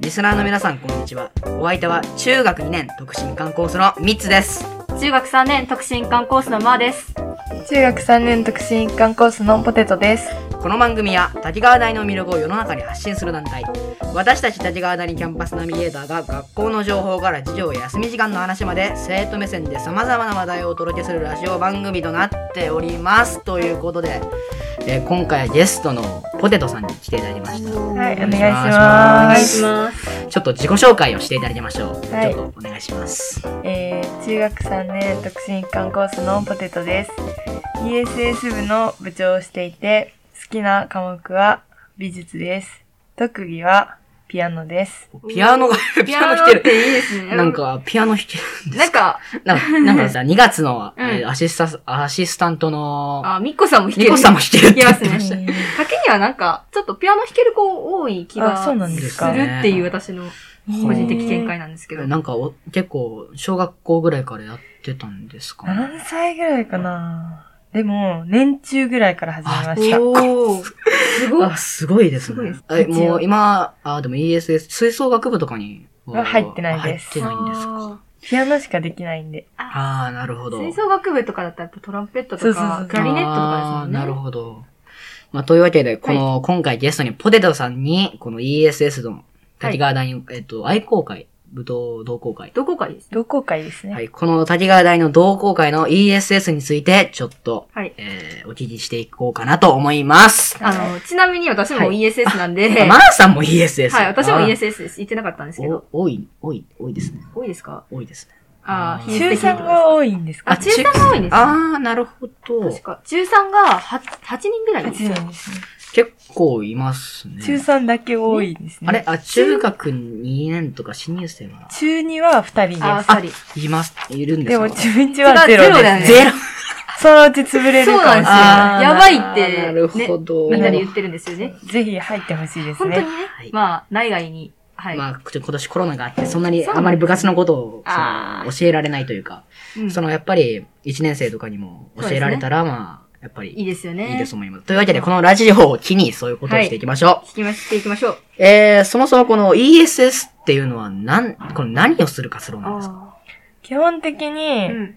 リスナーの皆さんこんにちはお相手は中学2年特進観光所のミッツです中学3年特進館コースのまーです。中学3年特進一貫コースのポテトです。この番組は滝川大の魅力を世の中に発信する団体私たち滝川大キャンパスナビゲーターが学校の情報から授業や休み時間の話まで生徒目線でさまざまな話題をお届けするラジオ番組となっておりますということで、えー今回はゲストのポテトさんに来ていただきましたはい、お願いしおま願いす。ます。ちょっと自己紹介をしていただきましょう、はいちょっとお願いしますえー、中学3年特進一貫コースのポテトです。ESS 部の部長をしていて、好きな科目は美術です。特技はピアノです。ピアノがピアノ弾けるいいですなん、か、ピアノ弾けるんでなんすかか、なんか、なんかさ、2月 の、うんえーアシスタ、アシスタントの、あ、みっこさんも弾けニる。コさんも弾弾けるってけ言まっすてまね。した。賭けにはなんか、ちょっとピアノ弾ける子多い気があ、すそうるなんですすか。るっていう私の個人的見解なんですけど。なんかお、結構、小学校ぐらいからやってたんですかね。何歳ぐらいかなでも、年中ぐらいから始めました。おー。すごいあ、。すごいですすごいでねす。え、もう今、あ、でも ESS、吹奏楽部とかには入ってないです入ってないんですか。ピアノしかできないんで。あー、なるほど。吹奏楽部とかだったらやっぱトランペットそとうそうそかう、クラリネットとかですもあんーね。なるほど。まあ、というわけで、この、今回ゲストにポテトさんに、この ESS の滝川大の、えっと、愛好会、舞踏同好会。どこかいいですね。同好会ですね。はい、この滝川大の同好会の ESS について、ちょっと、はい。えー、お聞きしていこうかなと思います。あの、ちなみに私もはい ESS なんで、マーさんも ESS。はい、私もあー ESS です。言ってなかったんですけど。お多い、多い、多いですね。多いですか多いですね。あああ、ー比中率的に3が多いんですかあ、中3が多いんですね。あー、なるほど確。か。中3が 8, 八人ぐらい8ですよ人ですね。結構いますね。中3だけ多いですね。あれあ、中学2年とか新入生は中2は2人あでー、2人。います、いるんす。でですもか11はゼロそでうすだよねね。ゼロそのうち潰れるそうなんですかもしれよ。なあーやばいって、なるほどねみんなで言ってるんですよね。い。ぜひ入ってほしいです本当にね。ねはい、まあ、内外に、はい。まあ、ちょ今年コロナがあって、そんなにそうあまり部活のことをそあの教えられないというか、うんそのやっぱり1年生とかにも教えられたら、まあ、やっぱりいいですよね。いいですと思います。というわけで、このラジオを機にそういうことをしていきましょう。聞きましていきましょう。えー、そもそもこの ESS っていうのは何、この何をする活動なんですかあ基本的ーうに、ん。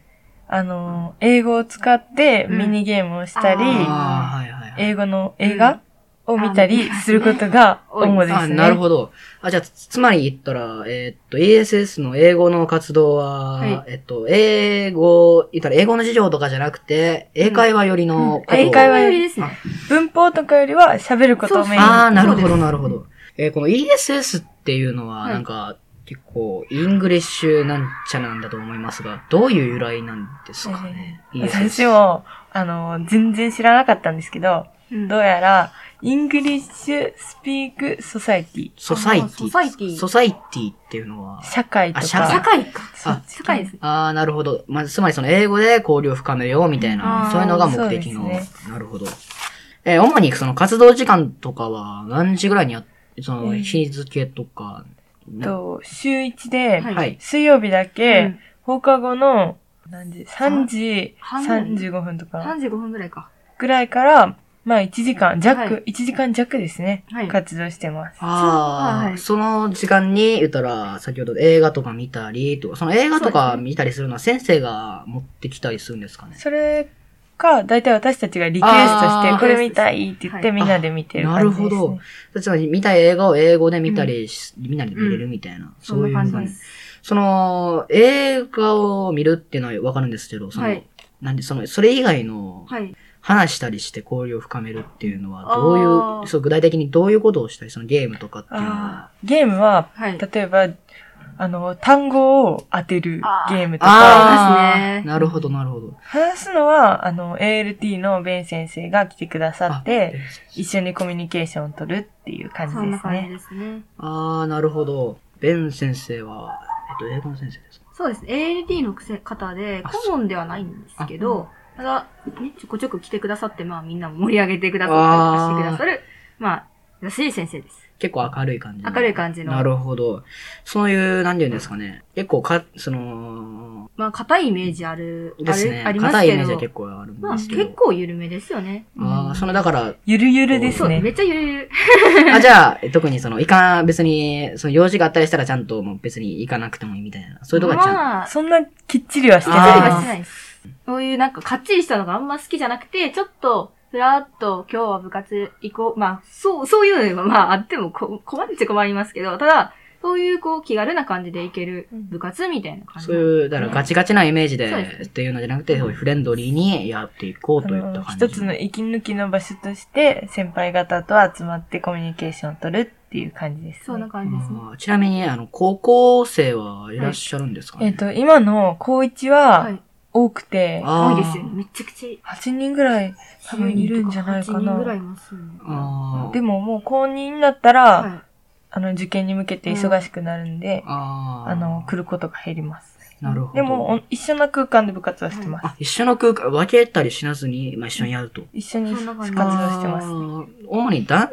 あの、英語を使ってミニゲームをしたりう、んあーはいはいはい。英語の映画を見たりすることが主であすね。なるほど。あ、じゃあ、つつまり言ったら、えーっと、ESS の英語の活動は、はいえっと、英語、言ったら英語の授業とかじゃなくて、英会話よりのことを、英会話よりですね。文法とかよりは喋ることをメインに。ああ、なるそうほでど、すなるほど。えーこの ESS っていうのは、はいなんか、結構、イングリッシュなんちゃなんだと思いますが、どういう由来なんですかね、ESS 私も、あの、全然知らなかったんですけど、うんどうやら、イングリッシュスピークソサイティ、ソサイテあィ。ソサイティソサイティっていうのは、社会とあか、社会社会か。そっち社会ですね。ああ、なるほど。まあ、つまりその英語で交流を深めようみたいあな、ーそういうのが目的の。そうですなるほど。えー主にその活動時間とかは何時ぐらいにやっ、そのうん日付とか、なと、週1で、はいはい。水曜日だうけん、放課後の、何時 ?3 時半35分とか、 35分ぐらいか。ぐらいから、まあ1時間はい弱、1時間弱ですねはい。活動してます。ああ、はいその時間に言ったら、先ほど映画とか見たりとか、その映画とそうかです見たりするのは先生が持ってきたりするんですかね。それか、だいたい私たちがリクエストしあてー、これ見たいって言ってはいみんなで見てるな感るじです、ね。ほど。つまり見たい映画を英語で見たりし、みんなで見れるみたいな、そそういんうな感じ感でじ。す。その、映画を見るっていうのはわかるんですけど、その、はいなんで、その、それ以外の、はい。話したりして交流を深めるっていうのは、どういあーう、そう、具体的にどういうことをしたり、そのゲームとかっていうのあは。ーゲームは、はい。例えば、あの、単語を当てるあーゲームとあか、そうですねなるほど、なるほど。話すのは、あの、ALT のベン先生が来てくださっあて、、一緒にコミュニケーションを取るっていう感じそんでなす感じね。ですね。ああ、なるほど。ベン先生は、えっと、英語の先生ですかそうですね。ALT のくせ方で、あ顧問ではないんですけど、ただ、ね、ちょこちょこ来てくださって、まあみんなも盛り上げてくださったりとかしてくださる、まあ、優しい先生です。結構明るい感じの。明るい感じの。なるほど。そういう、なんて言うんですかね。結構か、その、まあ、硬いイメージある、あでするね。あります硬いイけメーどジは結構あるんまあ、ですけ結ど。構緩めですよね。ああ、その、だから、ゆるゆるでそすう、ね。めっちゃゆるゆる。あ、じゃあ、 特にその、行か、別に、その用事があったりしたらちゃんともう別に行かなくてもいいみたいな。そういうとこはちゃんと。まあ、そんなきっちりはしてきっちりはなしいてでないです。そういうなんか、かっちりしたのがあんま好きじゃなくて、ちょっと、ふらーっと、今日は部活行こう。まあ、そう、そういうのが、まあ、あってもこ、困るっちゃ困りますけど、ただ、そういう、こう、気軽な感じで行ける部活みたいな感じ。そういう、だからガチガチなイメージでそうですねっていうのじゃなくて、そういうフレンドリーにやっていこうといったす。感じ。一つの息抜きの場所として、先輩方と集まってコミュニケーションを取るっていう感じです、ね。そんな感じですね。あーちなみに、あの、高校生はいらっしゃるんですかね、えっ、と、今の高一は。はい多くて、あー多いですよね。めちゃくち8人ぐらいゃ。多分いるんじゃないか8人ぐらいな。いますよね。あーでももう公認になったら、はい。あの、受験に向けて忙しくなるんで、あーあの、来ることが減ります。なるほど。でも、お一緒な空間で部活はしてます。あ、一緒の空間、分けたりしなずに、まあ、一緒にやると。一緒にそんな感活じ動してまあす。ー主に男、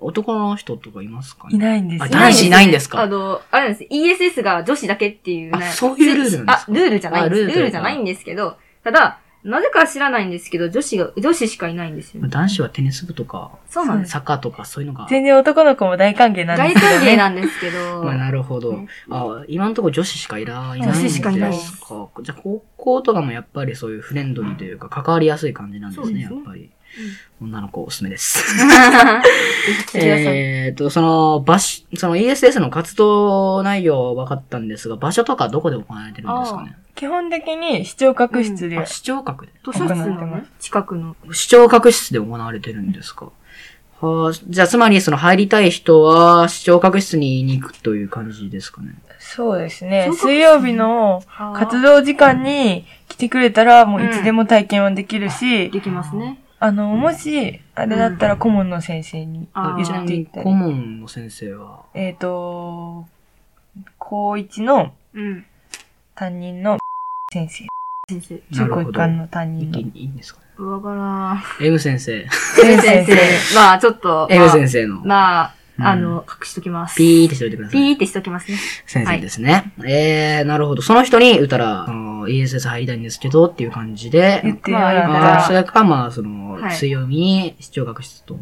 男の人とかいますかいねないんであす男子いないんですかあの、あれなんです。ESS が女子だけっていうね、あそういうルールなんですかあ、ルールじゃないんであルールす。というかルールじゃないんですけど、ただ、なぜか知らないんですけど、女子が、女子しかいないんですよね。男子はテニス部とか、そうなんです。サッカーとかそういうのが。全然男の子も大歓迎なん大ですけど歓迎ね。なんです けど、まあ、なるほど。ねあ今のところ女子しかいない女子しかいないんですか。じゃあ、高校とかもやっぱりそういうフレンドリーというか、関わりやすい感じなんですそうね、でやすっねぱり。女の子おすすめです。 ぜひ来てくださいえっと、その、場所、その ESS の活動内容は分かったんですが、場所とかどこで行われてるんですかね。基本的に視聴覚室で、あ視聴覚で。図書室のね近くの。視聴覚室で行われてるんですか。はあ、じゃあ、つまり、その、入りたい人は、視聴覚室に行くという感じですかね。そうですね。小学生水曜日の活動時間に来てくれたら、もういつでも体験はできるし、できますね。あの、もし、あれだったら顧問の先生にあー言ちなっみていに、った顧り。問の先生は、えっ、と、高一のうん。担任の先生。先生。な中る高ほ一ど。貫の担い任いのいいんですかね。わからん。 M 先生。先生。まあ、ちょっと。 M 先生の、まあ、うんまあ、あの、隠しときます。ピーってしておいてください。ピーってしときますね。先生ですね。えー、なるほど。その人に言ったら、あの ESS 入りたいんですけどっていう感じで、言ってもまあだらえかたあらー、それか、まあ、その、はい水曜日に視聴覚室と。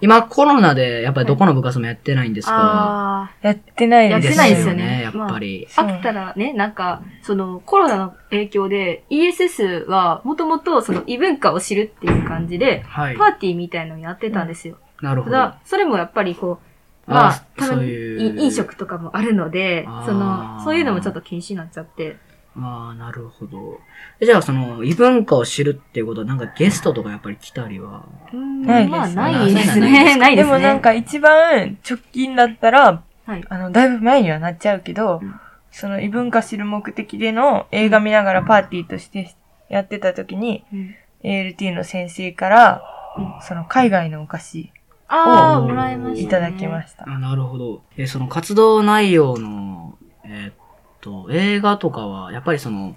今、コロナで、やっぱりどこの部活もやってないんですが、ああ。やってないーでですすやってないですよよねね、やっぱり。そう飽きたらね、なんか、そのコロナの影響で ESS はもともとその異文化を知るっていう感じで、はいパ。ーティーみたいのをやってたんですよ。なるたほど。あだ、それもやっぱりこう、まああ、ー、たそうまにいう。飲食とかもあるのであー、その、そういうのもちょっと禁止になっちゃって。ああ、なるほど。じゃあ、その、異文化を知るっていうことは、なんかゲストとかやっぱり来たりは。うーんないですまあ、ないですないですね。 ないででね。すもなん、か一番直近だったら、はいあの、だいぶ前にはなっちゃうけど、うんその異文化知る目的での映画見ながらパーティーとしてやってた時に、うん、 ALT の先生から、その海外のお菓子ああ、おーもらいました、ね。いただきましした。あなるほど。えーその活動内容の、えーっと、映画とかは、やっぱりその、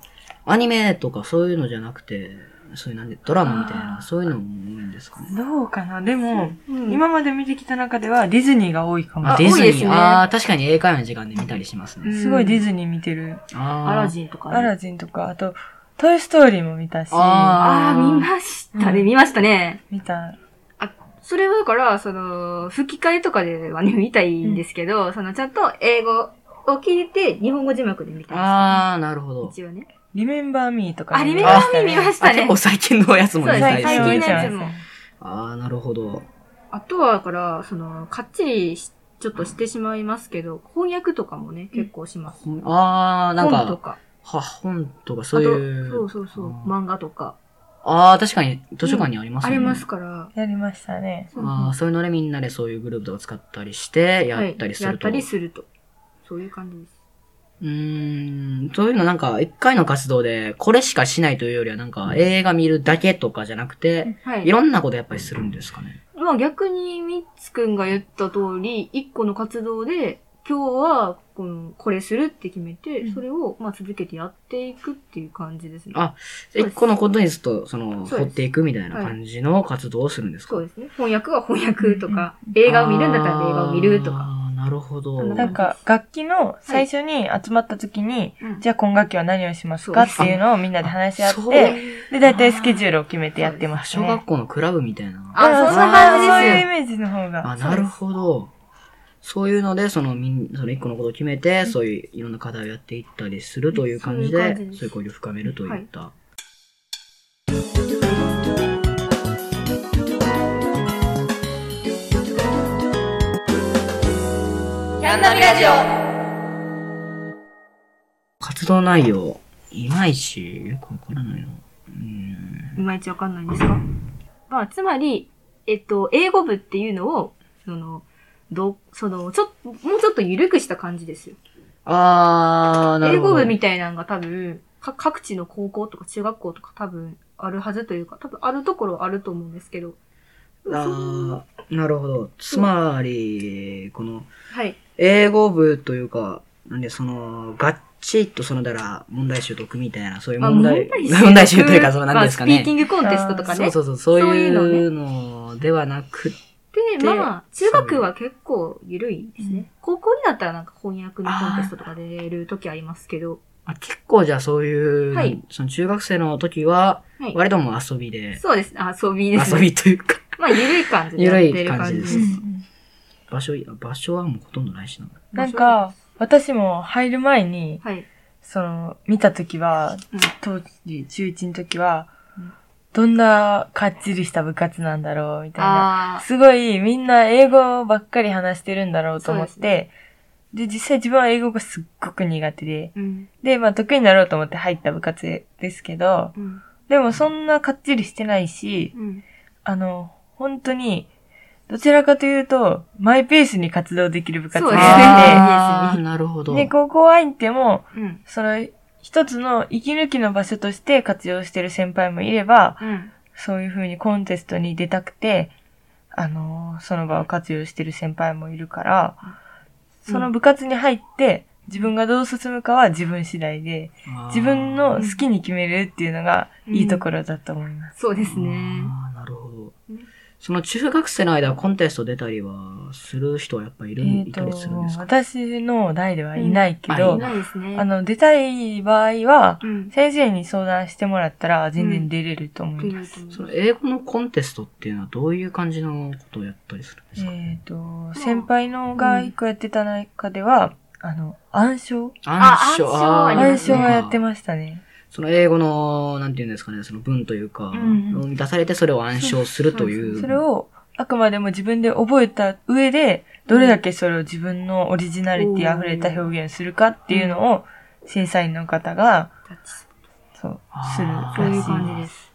アニメとかそういうのじゃなくて、そういうなんで、ドラマみたいな、あーそういうのも多いんですかね。どうかなでも、た。うん、今まで見てきた中ではディズニーが多いかもあ、あディズニ多いー。ですねああ、確かに映画館の時間で見たりしますね。うんすごいディズニー見てる。あーアラジンとか、アラジンとか、あと、トイストーリーも見たし、あああ、見ましたね、うん見ましたね。見た。それはだから、その、吹き替えとかではね、見たいんですけど、その、ちゃんと英語を聞いて、日本語字幕で見たんあー、なるほどで。すよ。一応ね。リメンバーミーとかあ、リメンババーーミー見まししたあ結ね構。最近のやつも見たいそうですね最近のやつもああ、なるほど。あとは、だから、その、かっちりし、ちょっとしてしまいますけど、翻訳とかもね、結構します。ああ、なん本とか、か。は、本とかあと、そういう。そうそうそう、あー漫画とか、ああ、確かに図書館にありますあよね。りますから。やりましたね。そうああ、そういうのでみんなでそういうグループとか使ったりして、やったりすはいやるっと。たりすると。そういう感じです。うーん、そういうのなんか、一回の活動で、これしかしないというよりは、なんか、映画見るだけとかじゃなくて、はいい。ろんなことやっぱりするんですかね。まあ逆にミッツくんが言った通り、一個の活動で、今日はこの、これするって決めてう、んそれを、まあ、続けてやっていくっていう感じですね。あそう一です個のことにずっと、その、そう掘ですっていくみたいな感じの活動をするんですかそうですね。翻訳は翻訳とか、映画を見るんだったら映画を見るとか。あー。なるほど。あのなんか、楽器の最初に集まった時に、うんじゃあ今楽器は何をしますかっていうのをみんなで話し合っそうて、いうで、大体スケジュールを決めてやってます小ね。学校のクラブみたいな。あそんな感じですよそういうイメージの方が。あ、なるほど。そういうので、そのみん、その一個のことを決めて、そういういろんな課題をやっていったりするという感じそういうで、感じそうですいう交流を深めるといった。キャンナビラジオ活動内容、いまいちよくわからないな。うーん。いまいちわかんないんですかまあ、つまり、えっと、英語部っていうのを、その、ど、その、ちょっと、もうちょっと緩くした感じですよ。あー、な英るほ語ど。部みたいなのが多分、か各地の高校とか中学校とか多分あるはずというか、多分あるところはあると思うんですけど。あー、なるほど。つまり、この、はい。英語部というか、なんで、その、がっちりと、その、だから、問題集解くみたいな、そういうまあ問題、集問題集というか、その、なんですかまあねスピー。キングコンテストとかそねう。そうそう、そうそういいうのねうのではなくて、で、でまあ、中学は結構緩いですうね。高校になったらなんか翻訳のコンテストとか出る時ありますけど。あ結構じゃあそういう、はいその中学生の時は、はい。割ともう遊びで、そうですね。遊びです遊ね。びというか、まあ、緩い感じでやってる感じ緩い感じでですす。場所、場所はもうほとんどないしな。なんか、私も入る前に、はい。その、見た時はうん、当時、中1の時はうん、どんなかっちりした部活なんだろう、みたいな。ああ、すごい、みんな英語ばっかり話してるんだろうと思っそて、うで実際自分は英語がすっごく苦手で、うん。で、まあ得意になろうと思って入った部活ですけど、うん。でもそんなかっちりしてないし、うん。あの、本当に、どちらかというと、マイペースに活動できる部活そでうしですてね あーなるほど。で、高校入っても、うん。その、一つの息抜きの場所として活用してる先輩もいれば、うん。そういうふうにコンテストに出たくて、あのーその場を活用してる先輩もいるから、その部活に入って、自分がどう進むかは自分次第で、あー自分の好きに決めるっていうのがうんいいところだと思います。そうですね。あーなるほどね。その中学生の間はコンテスト出たりはする人はやっぱいる、えっ、いたりするんですかと、私の代ではいないけうど、んないですね。あの、出たい場合は、うん。先生に相談してもらったら全然出れると思います。その英語のコンテストっていうのはどういう感じのことをやったりするんですか、えっ、と、先輩のが一個やってた中では、あの、暗唱暗唱。あ暗唱あり暗ますね唱はやってす。ましたね。その英語の、なんていうんですかね、その文というか、んう出されてそれを暗唱するという。それをあくまでも自分で覚えた上で、どれだけそれを自分のオリジナリティ溢れた表現するかっていうのを、審査員の方が、そう、するあーらしそういいでうす。感じです。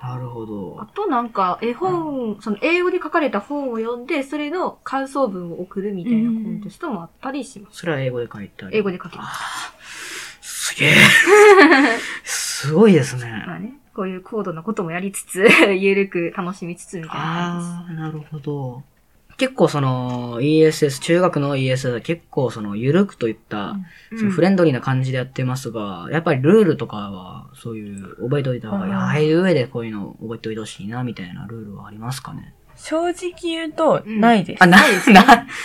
なるほあど。となんか、絵本、その英語で書かれた本を読んで、それの感想文を送るみたいなコンテストもあったりします。それは英語で書いてある。英語で書きまあーすげえ。すごいですね。まあね、こういう高度なこともやりつつ、 ゆるく楽しみつつみたいな感じです。ああ、なるほど。結構その ESS、中学の ESS は結構その緩くといった、うんそのフレンドリーな感じでやってますが、やっぱりルールとかはそういう覚えておいた方が、うんいやああいう上でこういうの覚えておいてほしいなみたいなルールはありますかね正直言うと、うんないです。あ、な、な、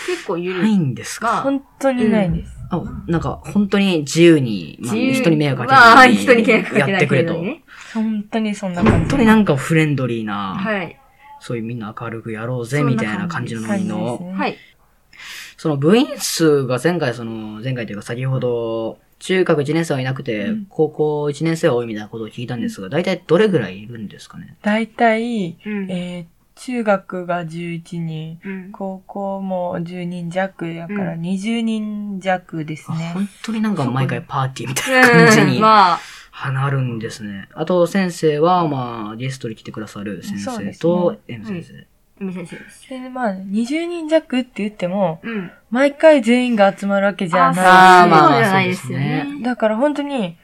結構ゆなるい。いんですかまあ本当にないです。あ、なんか本当に自由に、まあ、自由人に迷惑かけまあない。人に迷惑かけやなっいてくれ程度と。にね。本当にそんな感本じ。当になんかフレンドリーな、はい。そういうみんな明るくやろうぜそんみなたいな感じのノ感リじですの、ね。はい。その部員数が前回その、前回というか先ほど、中学1年生はいなくて、うん高校1年生は多いみたいなことを聞いたんですが、大体どれぐらいいるんですかね大体、うん。えー中学が11人、うん高校も10人弱だからう20人弱ですあね。本当になんか毎回パーティーみたいな感じうにんまあ、なるんですね。あと先生は、まあ、ゲストに来てくださる先そう生ですとね、 M 先生。海先生です。で、まあ、20人弱って言っても、うん。毎回全員が集まるわけじゃあない。そうじゃないですよあーまあそうですね。ねだから本当に、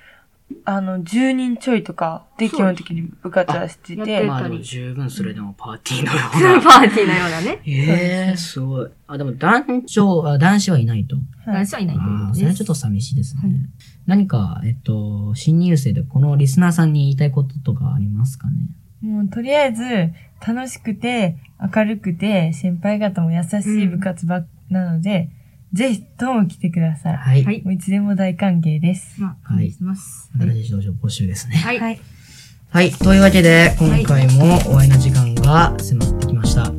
あの、10人ちょいとかでそう基本的に部活はしてあやっててる、まあでも十分それでもパーティーのよスうーな。パーティーのようなね。ええー、すごい。あ、でも男女は、男子はいないと。はい私はいないというああ、ことそれではちょすっ。と寂しいですね。はい何か、えっと、新入生でこのリスナーさんに言いたいこととかありますかねもうとりあえず楽しくて明るくて先輩方も優しい部活ば、なので、ぜひとも来てください。はい。ははいい。もういつでも大歓迎です。まあ、お願いします。新しい少女募集ですね。はい。はい。はい。というわけで、今回もお会いの時間が迫ってきました。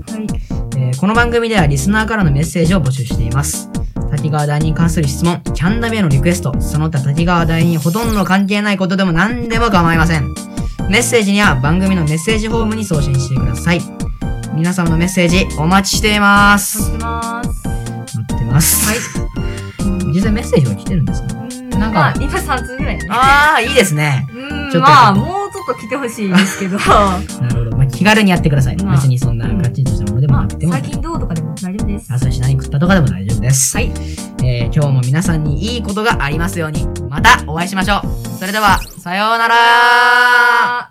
えーこの番組ではリスナーからのメッセージを募集しています。滝川大に関する質問、キャンダメへのリクエスト、その他滝川大にほとんど関係ないことでも何でも構いません。メッセージには番組のメッセージフォームに送信してください。皆様のメッセージお待ちしていまお待ちしす。てます。待ってます。はい。 実際メッセージは来てるんですかうんなんかまあ、今3通ぐらい。ああ、いいですね。うちん、ょっとまあ、もうちょっと来てほしいですけど、なるほど。 まあ、気軽にやってください。まあ別にそんなガチッとしたものでもまあなく、ても。最近どうとかでも大丈夫です。朝し何食ったとかでも大丈夫です。はい。えー今日も皆さんにいいことがありますように、またお会いしましょう。それでは、さようならあー